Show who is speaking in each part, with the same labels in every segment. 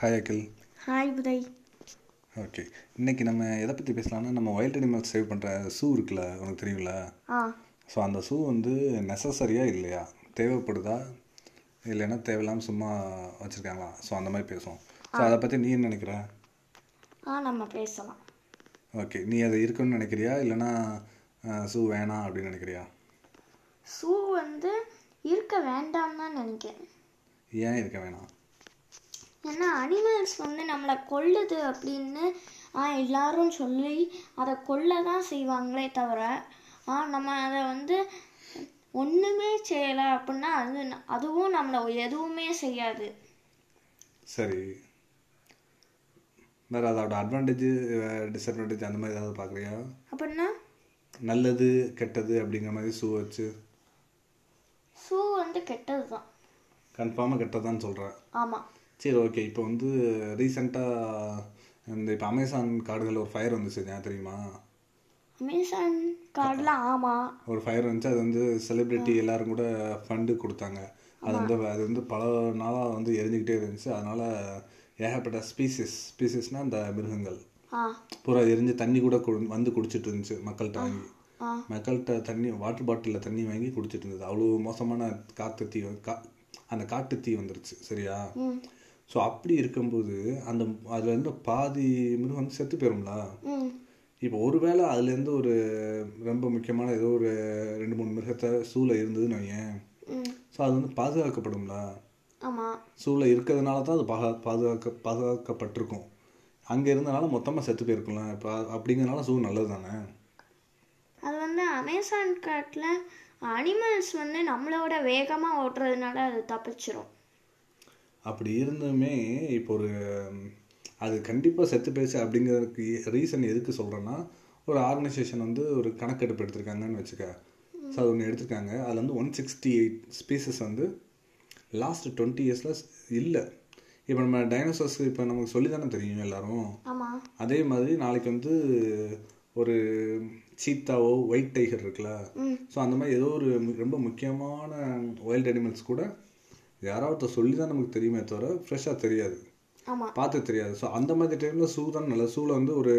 Speaker 1: Hi Akhil
Speaker 2: hi Uday
Speaker 1: okay இன்னைக்கு நம்ம எதை பற்றி பேசலாம்னா நம்ம வைல்ட் அனிமல்ஸ் சேவ் பண்ணுற ஸூ இருக்குல்ல உனக்கு தெரியும்ல
Speaker 2: ஆ
Speaker 1: ஸோ அந்த ஸூ வந்து நெசசரியா இல்லையா தேவைப்படுதா இல்லைன்னா தேவையில்லாமல் சும்மா வச்சுருக்காங்களா ஸோ அந்த மாதிரி பேசுவோம் ஸோ அதை பற்றி நீ என்ன நினைக்கிற
Speaker 2: ஆ நம்ம பேசலாம்
Speaker 1: ஓகே நீ அது இருக்குன்னு நினைக்கிறியா இல்லைன்னா ஸூ வேணாம் அப்படின்னு நினைக்கிறியா
Speaker 2: ஷூ வந்து இருக்க வேண்டாம்னு தான் நினைக்கிறேன்
Speaker 1: ஏன் இருக்க வேணாம்
Speaker 2: ஏன்னா அனிமல்ஸ் வந்து நம்மளை கொல்லுது அப்படின்னு ஆ எல்லாரும் சொல்லி அதை கொல்ல தான் செய்வாங்களே தவிர ஆ நம்ம அதை வந்து ஒன்றுமே செய்யலை அப்படின்னா அது ந- அதுவும் நம்மளை எதுவுமே செய்யாது
Speaker 1: சரி வேறு அதோட அட்வான்டேஜ் டிஸ்அட்வான்டேஜ் அந்த மாதிரி ஏதாவது பார்க்குறியா
Speaker 2: அப்படின்னா
Speaker 1: நல்லது கெட்டது அப்படிங்கிற மாதிரி ஷூ வச்சு
Speaker 2: ஷூ வந்து கெட்டது தான்
Speaker 1: கன்ஃபார்மாக கெட்டதான்னு சொல்கிறேன்
Speaker 2: ஆமாம்
Speaker 1: சரி ஓகே இப்போ வந்து ரீசெண்டாக இந்த இப்போ அமேசான் காடுகளில் ஒரு ஃபயர் வந்துச்சு ஞாபகம் தெரியுமா
Speaker 2: அமேசான் கார்டில் ஆமாம்
Speaker 1: ஒரு ஃபயர் வந்துச்சு அது வந்து செலிப்ரிட்டி எல்லாரும் கூட ஃபண்டு கொடுத்தாங்க அது வந்து அது வந்து பல நாளாக வந்து எரிஞ்சுக்கிட்டே இருந்துச்சு அதனால் ஏகப்பட்ட ஸ்பீசிஸ் ஸ்பீசிஸ்னால் அந்த மிருகங்கள்
Speaker 2: ஆ
Speaker 1: பூரா எரிஞ்சு தண்ணி கூட கு- வந்து குடிச்சிட்டு இருந்துச்சு மக்கள்கிட்ட வாங்கி
Speaker 2: ஆ
Speaker 1: மக்கள்கிட்ட தண்ணி வாட்டர் பாட்டிலில் தண்ணி வாங்கி குடிச்சிட்டு இருந்தது அவ்வளோ மோசமான காற்று தீ வந்து- கா அந்த காட்டு தீ வந்துருச்சு சரியா
Speaker 2: ம்
Speaker 1: ஸோ அப்படி இருக்கும்போது அந்த அதுலேருந்து பாதி மிருகம் வந்து செத்து போயிரும்ல
Speaker 2: ம்
Speaker 1: இப்போ ஒருவேளை அதுலேருந்து ஒரு ரொம்ப முக்கியமான ஏதோ ஒரு ரெண்டு மூணு மிருகத்தை சூழ இருந்ததுன்னு வையேன்
Speaker 2: ம்
Speaker 1: ஸோ அது வந்து பாதுகாக்கப்படும்ல
Speaker 2: ஆமாம்
Speaker 1: சூழ இருக்கிறதுனால தான் அது பாகா பாதுகாக்க பாதுகாக்கப்பட்டிருக்கும் அங்கே இருந்தனால மொத்தமாக செத்து போயிருக்கும்ல இப்போ அப்படிங்கிறனால சூ நல்லது தானே
Speaker 2: அது வந்து அமேசான் காட்டில் அனிமல்ஸ் வந்து நம்மளோட வேகமாக ஓட்டுறதுனால அது தப்பிச்சிரும்
Speaker 1: அப்படி இருந்துமே இப்போ ஒரு ம், அது கண்டிப்பாக செத்து போயிடுச்சு அப்படிங்கிறதுக்கு ரீசன் எதுக்கு சொல்கிறேன்னா ஒரு ஆர்கனைசேஷன் வந்து ஒரு கணக்கெடுப்பு எடுத்திருக்காங்கன்னு வச்சுக்க ஸோ அது ஒன்று எடுத்திருக்காங்க அதில் வந்து ஒன் சிக்ஸ்டி எயிட் ஸ்பீசஸ் வந்து லாஸ்ட் டுவெண்ட்டி இயர்ஸில் இல்லை இப்போ நம்ம டைனோசர்ஸ் இப்போ நமக்கு சொல்லி தானே தெரியும் எல்லாரும்
Speaker 2: ஆமாம்
Speaker 1: அதே மாதிரி நாளைக்கு வந்து ஒரு சீத்தாவோ ஒயிட் டைகர் இருக்குல்ல ஸோ அந்த மாதிரி ஏதோ ஒரு மு- ரொம்ப முக்கியமான வைல்ட் அனிமல்ஸ் கூட யாராவது சொல்லி தான் நமக்கு தெரியுமே தவிர ஃப்ரெஷ்ஷாக தெரியாது
Speaker 2: ஆமாம்
Speaker 1: பார்த்து தெரியாது ஸோ அந்த மாதிரி டைமில் ஸூ தான் நல்ல ஸூவில் வந்து ஒரு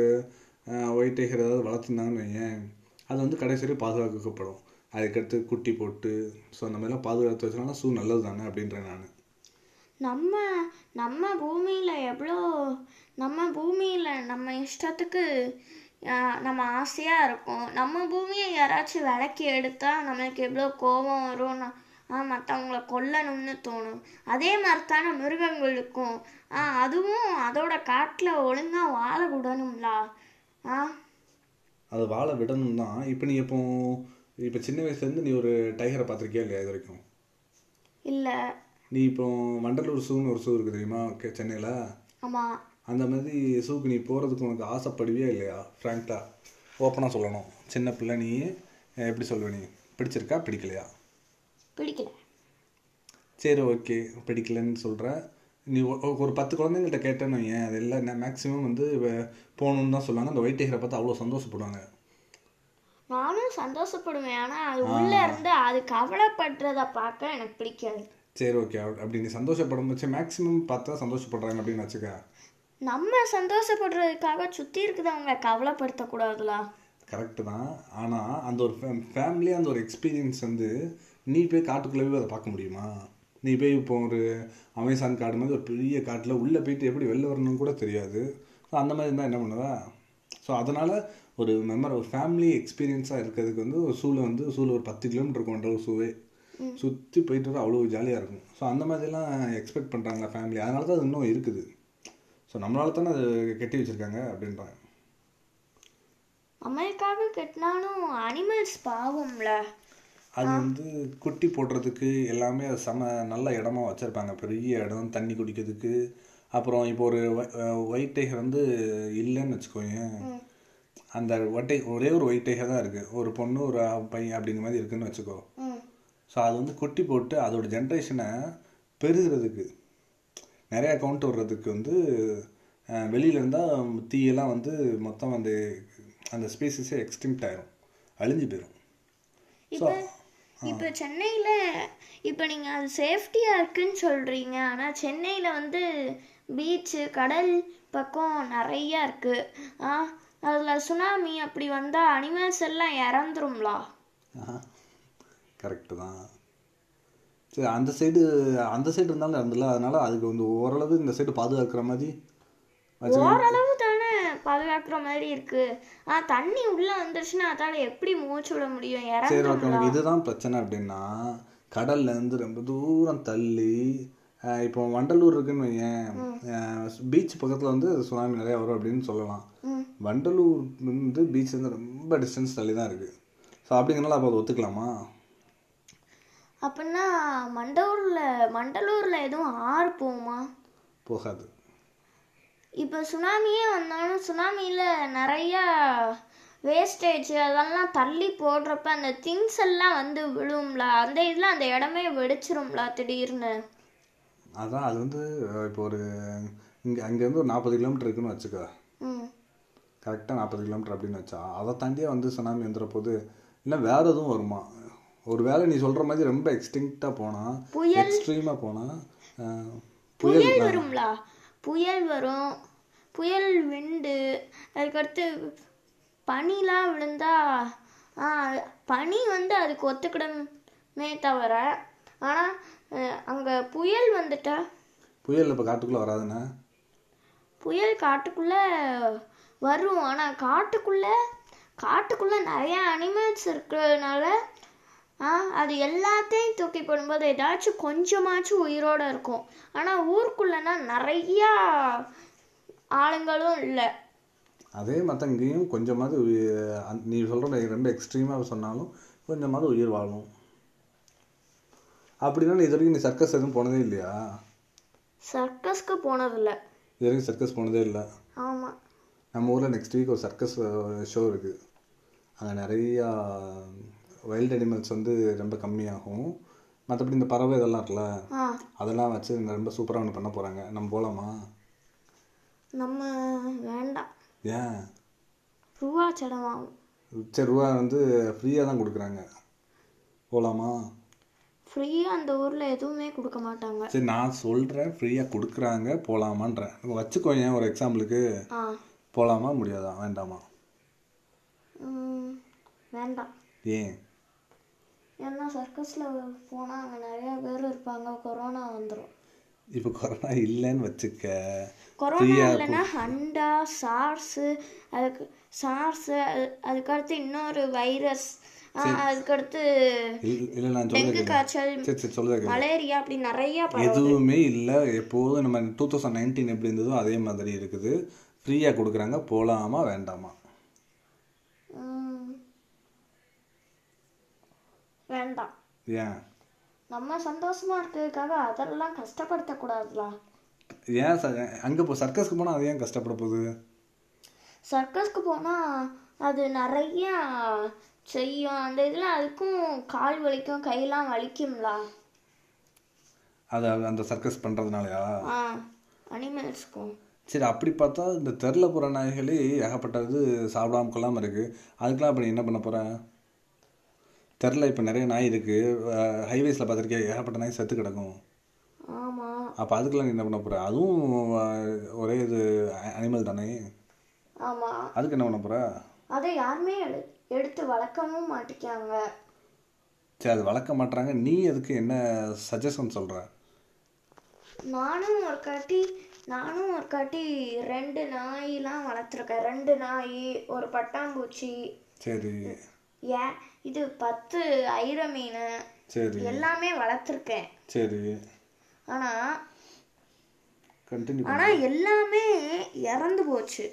Speaker 1: ஒயிட் டைகர் ஏதாவது வளர்த்துருந்தாங்கன்னு வையேன் அது வந்து கடைசி வரை பாதுகாக்கப்படும் அதுக்கடுத்து குட்டி போட்டு ஸோ அந்த மாதிரிலாம் பாதுகாத்து வச்சனால ஸூ நல்லது தானே அப்படின்றேன் நான்
Speaker 2: நம்ம நம்ம பூமியில் எவ்வளோ நம்ம பூமியில் நம்ம இஷ்டத்துக்கு ஆஹ், நம்ம ஆசையாக இருக்கோம் நம்ம பூமியை யாராச்சும் விலக்கி எடுத்தால் நம்மளுக்கு எவ்வளோ கோபம் வரும் ந- ஆ மற்றவங்கள கொல்லணும்னு தோணும் அதே மாதிரி தானே மிருகங்களுக்கும் ஆ அதுவும் அதோட காட்டில் ஒழுங்காக வாழ விடணும்லா ஆ
Speaker 1: அது வாழ விடணும் தான் இப்போ நீ இப்போ இப்போ சின்ன வயசுலேருந்து நீ ஒரு டைகரை பார்த்துருக்கியா இல்லையா இது வரைக்கும்
Speaker 2: இல்லை
Speaker 1: நீ இப்போ வண்டலூர் சூன்னு ஒரு சூ இருக்குது தெரியுமா கே- சென்னையில
Speaker 2: ஆமாம்
Speaker 1: அந்த மாதிரி சூக்கு நீ போகிறதுக்கு உனக்கு ஆசைப்படுவியா இல்லையா ஃப்ராங்க்டா ஓப்பனாக சொல்லணும் சின்ன பிள்ளை நீ அஹ், எப்படி சொல்லுவ நீ பிடிச்சிருக்கா பிடிக்கலையா
Speaker 2: பிடிக்கல
Speaker 1: சரி ஓகே பிடிக்கலன்னு சொல்கிற நீ ஒ- ஒ- ஒரு பத்து குழந்தைங்கள்ட்ட கேட்டேன்னு ஏன் அது எல்லாம் மேக்ஸிமம் வந்து வ- போகணும்னு தான் சொல்லுவாங்க அந்த ஒயிட் டேகரை பார்த்து அவ்வளோ சந்தோஷப்படுவாங்க
Speaker 2: நானும் சந்தோஷப்படுவேன் ஆனால் அது உள்ள இருந்து அது கவலைப்படுறத பார்க்க எனக்கு பிடிக்காது
Speaker 1: சரி ஓகே அப்படி நீ சந்தோஷப்படும் வச்சு மேக்ஸிமம் பார்த்தா சந்தோஷப்படுறாங்க அப்படின்னு வச்சுக்க
Speaker 2: நம்ம சந்தோஷப்படுறதுக்காக சுற்றி இருக்கிறவங்க கவலைப்படுத்தக்கூடாதுலா
Speaker 1: கரெக்டு தான் ஆனால் அந்த ஒரு ஃபே ஃபேமிலியாக அந்த ஒரு எக்ஸ்பீரியன்ஸ் வந்து நீ போய் காட்டுக்குள்ளே போய் அதை பார்க்க முடியுமா நீ போய் இப்போ ஒரு அமேசான் காடு மாதிரி ஒரு பெரிய காட்டில் உள்ளே போயிட்டு எப்படி வெளில வரணும்னு கூட தெரியாது ஸோ அந்த மாதிரி இருந்தால் என்ன பண்ணுவ ஸோ அதனால் ஒரு மெம்பர் ஒரு ஃபேமிலி எக்ஸ்பீரியன்ஸாக இருக்கிறதுக்கு வந்து ஒரு சூழல் வந்து சூழல் ஒரு பத்து கிலோமீட்டர் கொண்ட ஒரு சூவே சுற்றி போயிட்டு வர அவ்வளோ ஜாலியாக இருக்கும் ஸோ அந்த மாதிரிலாம் எக்ஸ்பெக்ட் பண்ணுறாங்களா ஃபேமிலி அதனால தான் அது இன்னும் இருக்குது ஸோ நம்மளால தானே அது கட்டி வச்சுருக்காங்க அப்படின்றாங்க
Speaker 2: நம்மளுக்காக கெட்டினாலும் அனிமல்ஸ் பாவம்ல
Speaker 1: அது வந்து குட்டி போடுறதுக்கு எல்லாமே அது செம நல்ல இடமா வச்சுருப்பாங்க பெரிய இடம் தண்ணி குடிக்கிறதுக்கு அப்புறம் இப்போ ஒரு ஒயிட் டைகர் வந்து இல்லைன்னு வச்சுக்கோங்க அந்த ஒட்டை ஒரே ஒரு ஒயிட் டைகர் தான் இருக்குது ஒரு பொண்ணு ஒரு பையன் அப்படிங்கிற மாதிரி இருக்குன்னு வச்சுக்கோ
Speaker 2: ம்
Speaker 1: ஸோ அது வந்து குட்டி போட்டு அதோட ஜென்ரேஷனை பெருகிறதுக்கு நிறையா கவுண்ட் வர்றதுக்கு வந்து அஹ், வெளியில இருந்தால் தீயெல்லாம் வந்து மொத்தம் அந்த அந்த ஸ்பீசிஸே எக்ஸ்டிங்க்ட் ஆயிரும் அழிஞ்சு போயிடும் ஸோ
Speaker 2: இப்போ இப்போ சென்னையில் இப்போ நீங்கள் அது சேஃப்டியாக இருக்குன்னு சொல்கிறீங்க ஆனால் சென்னையில் வந்து பீச்சு கடல் பக்கம் நிறையா இருக்குது அதில் சுனாமி அப்படி வந்தால் அனிமல்ஸ் எல்லாம் இறந்துரும்லா
Speaker 1: கரெக்டு தான் சரி அந்த சைடு அந்த சைடு இருந்தாலும் இருந்தில்ல அதனால அதுக்கு வந்து ஓரளவு இந்த சைடு பாதுகாக்கிற மாதிரி வச்சு
Speaker 2: ஓரளவு தானே பாதுகாக்கிற மாதிரி இருக்கு ஆ தண்ணி உள்ள வந்துருச்சுன்னா அதால எப்படி மூச்சு விட முடியும்
Speaker 1: சரி ஓகே
Speaker 2: இறந்துரும்லா
Speaker 1: உனக்கு இதுதான் பிரச்சனை அப்படின்னா கடல்ல இருந்து ரொம்ப தூரம் தள்ளி அஹ் இப்போ வண்டலூர் இருக்குன்னு வையேன் பீச் பக்கத்துல வந்து சுனாமி நிறைய வரும் அப்படின்னு சொல்லலாம்
Speaker 2: ம்.
Speaker 1: வண்டலூர் வந்து பீச் வந்து ரொம்ப டிஸ்டன்ஸ் தள்ளி தான் இருக்கு ஸோ அப்படிங்கிறனால அப்போ அதை ஒத்துக்கலாமா
Speaker 2: அப்படின்னா மண்டலூர்ல மண்டலூர்ல எதுவும் ஆறு போகுமா
Speaker 1: போகாது
Speaker 2: இப்போ சுனாமியே வந்தாலும் சுனாமியில நிறைய வேஸ்டேஜ் அதெல்லாம் தள்ளி போடுறப்ப அந்த திங்ஸ் எல்லாம் வந்து விழும்ல அந்த இதில் அந்த இடமே வெடிச்சிரும்ல திடீர்னு
Speaker 1: அதான் அது வந்து அஹ், இப்போ ஒரு இங்கே அங்கேருந்து ஒரு நாற்பது கிலோமீட்டர் இருக்குன்னு வச்சுக்க
Speaker 2: ம்
Speaker 1: கரெக்டாக நாற்பது கிலோமீட்டர் அப்படின்னு வச்சா அதை தாண்டியே வந்து சுனாமி வந்துடுற போது இல்லை வேற எதுவும் வருமா ஒரு வேளை நீ சொல்கிற மாதிரி ரொம்ப எக்ஸ்டிங்க்டாக போனால்
Speaker 2: புயல்
Speaker 1: எக்ஸ்ட்ரீமாக போனால் புயல்
Speaker 2: புயல் வரும்ல புயல் வரும் புயல் விண்டு அதுக்கடுத்து பனிலாம் விழுந்தா ஆ, பனி வந்து அதுக்கு ஒத்துக்கிடமே தவிர ஆனால் அங்கே புயல் வந்துட்டா
Speaker 1: புயல் இப்போ காட்டுக்குள்ளே வராதுண்ணே
Speaker 2: புயல் காட்டுக்குள்ளே வரும் ஆனால் காட்டுக்குள்ளே காட்டுக்குள்ளே நிறைய அனிமல்ஸ் இருக்கிறதுனால ஆ அது எல்லாத்தையும் தூக்கி போடும்போது ஏதாச்சும் கொஞ்சமாச்சும் உயிரோட இருக்கும் ஆனால் ஊருக்குள்ளனா நிறையா ஆளுங்களும் இல்லை
Speaker 1: அதே மற்ற இங்கேயும் கொஞ்சமாவது உயி- அந்த- நீ சொல்கிற ரொம்ப எக்ஸ்ட்ரீமாக சொன்னாலும் கொஞ்சமாவது உயிர் வாழும் அப்படின்னா இது வரைக்கும் நீ சர்க்கஸ் எதுவும் போனதே இல்லையா
Speaker 2: சர்க்கஸ்க்கு போனதில்ல
Speaker 1: இது வரைக்கும் சர்க்கஸ் போனதே இல்லை
Speaker 2: ஆமாம்
Speaker 1: நம்ம ஊரில் நெக்ஸ்ட் வீக் ஒரு சர்க்கஸ் ஷோ இருக்குது அங்கே நிறையா வைல்ட் அனிமல்ஸ் வந்து ரொம்ப கம்மியாகும் மற்றபடி இந்த பறவை இதெல்லாம் இருக்குல்ல
Speaker 2: ஆ
Speaker 1: அதெல்லாம் வச்சு ரொம்ப சூப்பராக ஒன்று பண்ண போகிறாங்க நம்ம போகலாமா
Speaker 2: நம்ம வேண்டாம்
Speaker 1: ஏன்
Speaker 2: ரூபா செலவாகும்
Speaker 1: சரி ரூபா வந்து ஃப்ரீயாக தான் கொடுக்குறாங்க போகலாமா
Speaker 2: ஃப்ரீயாக அந்த ஊரில் எதுவுமே கொடுக்க மாட்டாங்க
Speaker 1: சரி நான் சொல்கிறேன் ஃப்ரீயாக கொடுக்குறாங்க போகலாமான்றேன் வச்சுக்கோங்க ஒரு எக்ஸாம்பிளுக்கு
Speaker 2: ஆ
Speaker 1: போகலாமா முடியாதா வேண்டாமா
Speaker 2: ம், வேண்டாம்
Speaker 1: ஏன்
Speaker 2: ஏன்னா சர்க்கஸில் போனால் அங்கே நிறையா பேர் இருப்பாங்க கொரோனா வந்துடும்
Speaker 1: இப்போ கொரோனா இல்லைன்னு வச்சுக்க
Speaker 2: கொரோனா இல்லைன்னா ஹண்டா சார்ஸு அதுக்கு சார்ஸு அது அதுக்கடுத்து இன்னொரு வைரஸ் அதுக்கடுத்து
Speaker 1: இல்- இல்லை நான்
Speaker 2: டெங்கு
Speaker 1: சொல்லுங்க
Speaker 2: காய்ச்சல்
Speaker 1: சரி சரி சொல்லுங்க
Speaker 2: மலேரியா அப்படி நிறையா பரவும்
Speaker 1: எதுவுமே இல்லை எப்போதும் நம்ம டூ தௌசண்ட் நைன்டீன் எப்படி இருந்ததோ அதே மாதிரி இருக்குது ஃப்ரீயாக கொடுக்குறாங்க போகலாமா வேண்டாமா
Speaker 2: ம். வேண்டாம்
Speaker 1: ஏன்
Speaker 2: நம்ம சந்தோஷமா இருக்கிறதுக்காக அதெல்லாம் கஷ்டப்படுத்தக்கூடாதுல
Speaker 1: ஏன் சார் அங்கே போ சர்க்கஸ்க்கு போனால் அது ஏன் கஷ்டப்பட போகுது
Speaker 2: சர்க்கஸ்க்கு போனால் அது நிறைய செய்யும் அந்த இதில் அதுக்கும் கால் வலிக்கும் கையெல்லாம் வலிக்கும்ல
Speaker 1: அது அது அந்த சர்க்கஸ் பண்ணுறதுனாலயா
Speaker 2: ஆ அனிமல்ஸ்க்கும்
Speaker 1: சரி அப்படி பார்த்தா இந்த தெரில போகிற நாய்களே ஏகப்பட்டது சாப்பிடாம கொள்ளாமல் இருக்குது அதுக்கெலாம் அப்படி என்ன பண்ண போகிற தெரில இப்போ நிறைய நாய் இருக்குது ஹைவேஸில் பார்த்துருக்கியா ஏகப்பட்ட நாய் செத்து கிடக்கும்
Speaker 2: ஆமாம்
Speaker 1: அப்போ அதுக்கெல்லாம் நீ என்ன பண்ண போகிற அதுவும் அஹ், ஒரே இது அனிமல் தானே
Speaker 2: ஆமாம்
Speaker 1: அதுக்கு என்ன பண்ண போகிற
Speaker 2: அதை யாருமே எடு எடுத்து வளர்க்கவும் மாட்டிக்காங்க
Speaker 1: சரி அது வளர்க்க மாட்றாங்க நீ அதுக்கு என்ன சஜஷன் சொல்கிற
Speaker 2: நானும் ஒரு காட்டி நானும் ஒரு காட்டி ரெண்டு நாயெலாம் வளர்த்துருக்கேன் ரெண்டு நாய் ஒரு பட்டாம்பூச்சி
Speaker 1: சரி
Speaker 2: ஏ இது பத்து ஐர மீன்
Speaker 1: சரி
Speaker 2: எல்லாமே வளர்த்துருக்கேன்
Speaker 1: சரி
Speaker 2: ஆனால்
Speaker 1: கண்டினியூ
Speaker 2: ஆனா எல்லாமே இறந்து போச்சு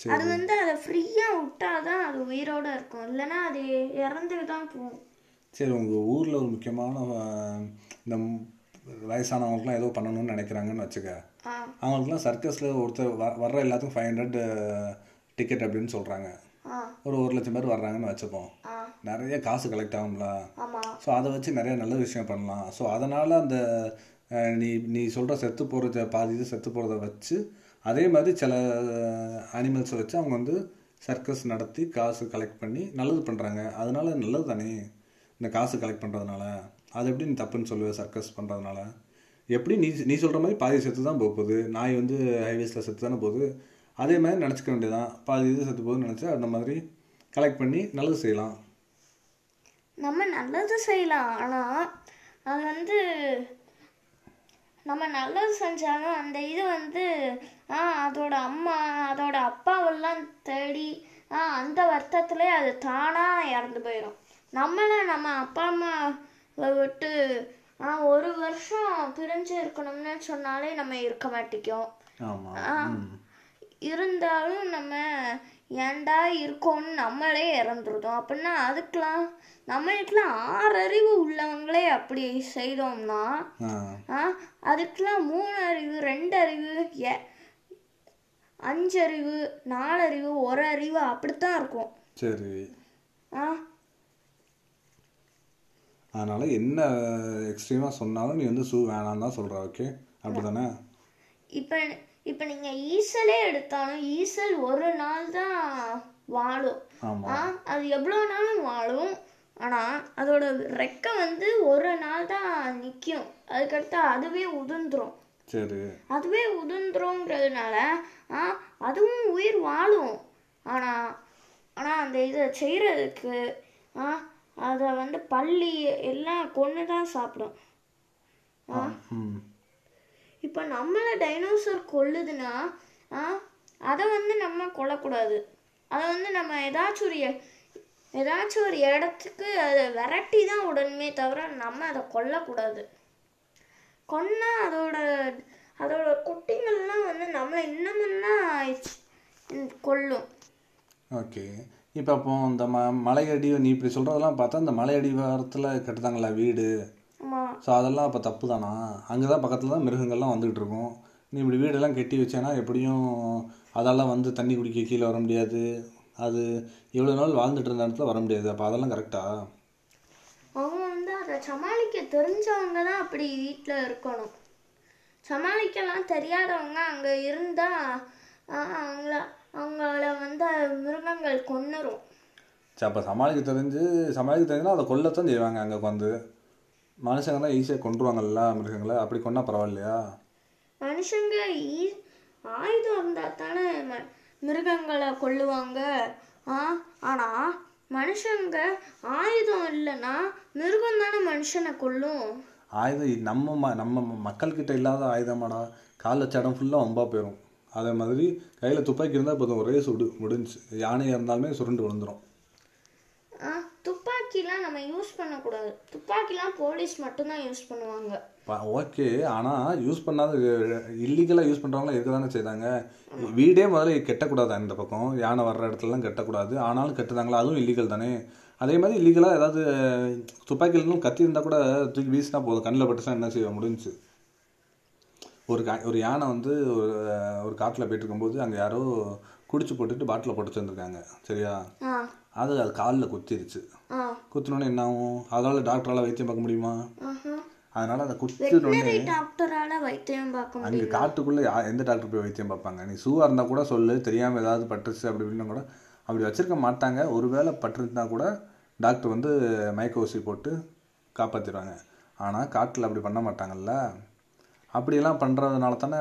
Speaker 1: சரி.
Speaker 2: அது வந்து அதை ஃப்ரீயா விட்டாதான் அது உயிரோட இருக்கும் இல்லைன்னா அது இறந்து தான் போகும்
Speaker 1: சரி உங்கள் ஊரில் ஒரு முக்கியமான அஹ், இந்த ம்- வயசானவங்களுக்குலாம் ஏதோ பண்ணணும்னு நினைக்கிறாங்கன்னு வச்சுக்க
Speaker 2: ஆ
Speaker 1: அவங்களுக்குலாம் சர்க்கஸில் ஒருத்தர் வ வர்ற எல்லாத்துக்கும் ஃபைவ் ஹண்ட்ரட் டிக்கெட் அப்படின்னு சொல்கிறாங்க
Speaker 2: ஆ
Speaker 1: ஒரு ஒரு லட்சம் பேர் வர்றாங்கன்னு வச்சுப்போம்
Speaker 2: ஆ
Speaker 1: நிறைய காசு கலெக்ட் ஆகும்ல
Speaker 2: ஆமா
Speaker 1: ஸோ அதை வச்சு நிறைய நல்ல விஷயம் பண்ணலாம் ஸோ அதனால் அந்த அஹ், நீ நீ சொல்கிற செத்து போகிறத பாதி இது செத்து போகிறத வச்சு அதே மாதிரி சில அனிமல்ஸை வச்சு அவங்க வந்து சர்க்கஸ் நடத்தி காசு கலெக்ட் பண்ணி நல்லது பண்ணுறாங்க அதனால நல்லது தானே இந்த காசு கலெக்ட் பண்ணுறதுனால அது எப்படி நீ தப்புன்னு சொல்லுவேன் சர்க்கஸ் பண்ணுறதுனால எப்படி நீ நீ சொல்கிற மாதிரி பாதி செத்து தான் போக போகுது நாய் வந்து ஹைவேஸில் செத்து தானே போகுது அதே மாதிரி நினச்சிக்க வேண்டியதான் பாதி இது செத்து போகுதுன்னு நினச்சி அந்த மாதிரி கலெக்ட் பண்ணி நல்லது செய்யலாம்
Speaker 2: நம்ம நல்லது செய்யலாம் ஆனால் அது வந்து நம்ம நல்லது செஞ்சாலும் அந்த இது வந்து ஆ அதோட அம்மா அதோட அப்பாவெல்லாம் தேடி ஆ அந்த வருத்தத்திலே அது தானாக இறந்து போயிடும் நம்மளை நம்ம அப்பா அம்மாவை விட்டு ஆ ஒரு வருஷம் பிரிஞ்சு இருக்கணும்னு சொன்னாலே நம்ம இருக்க மாட்டேங்கும்
Speaker 1: ஆமாம்
Speaker 2: இருந்தாலும் நம்ம ஏன்டா இருக்கோம்னு நம்மளே இறந்துருதோம் அப்படின்னா அதுக்கெலாம் நம்மளுக்கெலாம் ஆறறிவு உள்ளவங்களே அப்படி செய்தோம்னா
Speaker 1: ஆ
Speaker 2: ஆ அதுக்கெலாம் மூணு அறிவு ரெண்டு அறிவு எ அஞ்சறிவு நாலறிவு ஒரு அறிவு அப்படித்தான் இருக்கும்
Speaker 1: சரி
Speaker 2: ஆ
Speaker 1: அதனால் என்ன எக்ஸ்ட்ரீமாக சொன்னாலும் நீ வந்து ஷூ வேணான்னு தான் சொல்கிற ஓகே அப்படி தானே
Speaker 2: இப்போ இப்போ நீங்கள் ஈசலே எடுத்தாலும் ஈசல் ஒரு நாள் தான் வாழும்
Speaker 1: ஆமாம்
Speaker 2: ஆ அது எவ்வளோ நாளும் வாழும் ஆனால் அதோட ரெக்கை வந்து ஒரு நாள் தான் நிற்கும் அதுக்கடுத்து அதுவே உதிர்ந்துரும்
Speaker 1: சரி
Speaker 2: அதுவே உதிர்ந்துருங்கிறதுனால ஆ அதுவும் உயிர் வாழும் ஆனால் ஆனால் அந்த இதை செய்கிறதுக்கு ஆ அதை வந்து பள்ளி எல்லாம் கொன்று தான் சாப்பிடும்
Speaker 1: ஆ ம்
Speaker 2: இப்போ நம்மளை டைனோசர் கொல்லுதுன்னா ஆ அதை வந்து நம்ம கொல்லக்கூடாது அதை வந்து நம்ம ஏதாச்சும் ஒரு எ- ஏதாச்சும் ஒரு இடத்துக்கு அதை விரட்டி தான் உடனுமே தவிர நம்ம அதை கொல்லக்கூடாது கொன்னா அதோட அதோட குட்டிங்கள்லாம் வந்து நம்மளை இன்னமும்னா கொல்லும்
Speaker 1: ஓகே இப்போ அப்போ இந்த ம மலையடி நீ இப்படி சொல்கிறதெல்லாம் பார்த்தா இந்த மலையடி வாரத்தில் கட்டுதாங்களா வீடு
Speaker 2: ஆமா
Speaker 1: ஸோ அதெல்லாம் அப்போ தப்பு தானா அங்கே தான் பக்கத்தில் தான் மிருகங்கள்லாம் வந்துகிட்டு இருக்கும் நீ இப்படி வீடெல்லாம் கட்டி வச்சேன்னா எப்படியும் அதால் வந்து தண்ணி குடிக்க கீழே வர முடியாது அது இவ்வளோ நாள் வாழ்ந்துட்டு இருந்த இடத்துல வர முடியாது அப்போ அதெல்லாம் கரெக்டா
Speaker 2: அவங்க வந்து அதை சமாளிக்க தெரிஞ்சவங்க தான் அப்படி வீட்டில் இருக்கணும் சமாளிக்கலாம் தெரியாதவங்க அங்கே இருந்தால் அவங்கள அவங்கள வந்து மிருகங்கள் கொன்னுரும்
Speaker 1: சரி அப்போ சமாளிக்க தெரிஞ்சு சமாளிக்க தெரிஞ்சுன்னா அதை கொல்லத்தான் செய்வாங்க அங்கே உட்காந்து மனுஷங்க தான் ஈஸியாக கொண்டுருவாங்கல்ல மிருகங்களை அப்படி கொண்டா பரவாயில்லையா
Speaker 2: மனுஷங்க ஈ ஆயுதம் இருந்தால் தானே ம மிருகங்களை கொல்லுவாங்க ஆ ஆனால் மனுஷங்க ஆயுதம் இல்லைன்னா மிருகம் தானே மனுஷனை கொல்லும்
Speaker 1: ஆயுதம் இ- நம்ம ம நம்ம ம- மக்கள்கிட்ட இல்லாத ஆயுதமாடா கால் வச்ச இடம் ஃபுல்லாக வம்பா போயிடும் அதே மாதிரி கையில் துப்பாக்கி இருந்தால் போதும் ஒரே சுடு முடிஞ்சு யானையாக இருந்தாலுமே சுருண்டு விழுந்துடும்
Speaker 2: ஆ துப்பாக்கிலாம் நம்ம யூஸ் பண்ணக்கூடாது துப்பாக்கிலாம் போலீஸ் மட்டும்தான் யூஸ் பண்ணுவாங்க
Speaker 1: ஓகே ஆனால் யூஸ் பண்ணாத இல்லீகலாக யூஸ் பண்ணுறவங்களாம் இருக்க தானே செய்தாங்க வீடே முதல்ல கட்டக்கூடாது இந்த பக்கம் யானை வர்ற இடத்துலலாம் கட்டக்கூடாது ஆனாலும் கட்டுதாங்களா அதுவும் இல்லீகல் தானே அதே மாதிரி இல்லீகலாக ஏதாவது துப்பாக்கியில் இருந்தும் கத்தி இருந்தால் கூட தூக்கி வீசினா போதும் கண்ணில் பட்டுச்சுனா என்ன செய்ய முடிஞ்சுச்சு ஒரு கா ஒரு யானை வந்து ஒரு ஒரு காட்டில் போயிட்டு இருக்கும்போது அங்கே யாரோ குடிச்சு போட்டுட்டு பாட்டில் போட்டு வச்சுருந்துருக்காங்க சரியா
Speaker 2: ஆ
Speaker 1: அது அது காலில் குத்திருச்சு
Speaker 2: ஆ
Speaker 1: குத்தினோடனே என்ன ஆகும் அதால் டாக்டரால் வைத்தியம் பார்க்க முடியுமா
Speaker 2: ஆஹா.
Speaker 1: அதனால் அதை குத்தினோடனே
Speaker 2: வெட்டினரி டாக்டரால வைத்தியம் பார்க்க முடியும்
Speaker 1: அங்கே காட்டுக்குள்ளே யா எந்த டாக்டர் போய் வைத்தியம் பார்ப்பாங்க நீ சூவாக இருந்தால் கூட சொல்லு தெரியாமல் ஏதாவது பட்டுருச்சு அப்படி இப்படின்னா கூட அப்படி வச்சிருக்க மாட்டாங்க ஒருவேளை பட்டிருந்தா கூட டாக்டர் வந்து மயக்க ஊசி போட்டு காப்பாற்றிடுவாங்க ஆனால் காட்டில் அப்படி பண்ண மாட்டாங்கல்ல அப்படியெல்லாம் பண்ணுறதுனால தானே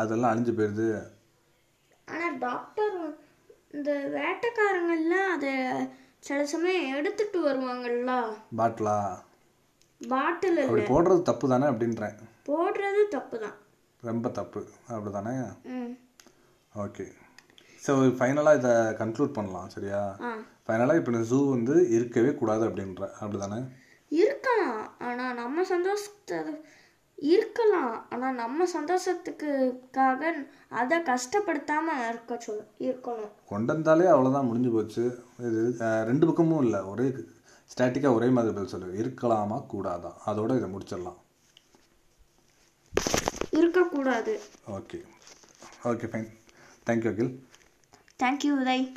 Speaker 1: அதெல்லாம் அழிஞ்சு போயிடுது
Speaker 2: ஆனா டாக்டர் வ- இந்த வேட்டைக்காரங்கள்லாம் அதை சில சமயம் எடுத்துட்டு வருவாங்கல்ல
Speaker 1: பாட்டிலா
Speaker 2: பாட்டில்
Speaker 1: அப்படி போடுறது தப்பு தானே அப்படின்றேன்
Speaker 2: போடுறது தப்பு தான்
Speaker 1: ரொம்ப தப்பு அப்படி தானே
Speaker 2: ம்
Speaker 1: ஓகே ஸோ ஃபைனலாக இதை கன்க்ளூட் பண்ணலாம் சரியா
Speaker 2: ஆ
Speaker 1: ஃபைனலாக இப்போ ஜூ வந்து இருக்கவே கூடாது அப்படின்ற அப்படி தானே
Speaker 2: இருக்கலாம் ஆனா நம்ம சந்தோஷத்தை இருக்கலாம் ஆனா நம்ம சந்தோஷத்துக்குக்காக அதை கஷ்டப்படுத்தாம இருக்க சொல்ல இருக்கணும்
Speaker 1: கொண்டு வந்தாலே அவ்வளோதான் முடிஞ்சு போச்சு இது அஹ், ரெண்டு பக்கமும் இல்லை ஒரே ஸ்டாட்டிக்காக ஒரே மாதிரி பதில் சொல்லு இருக்கலாமா கூடாதா அதோட இதை முடிச்சிடலாம்
Speaker 2: இருக்கக்கூடாது
Speaker 1: okay okay fine thank you Akhil
Speaker 2: thank you Uday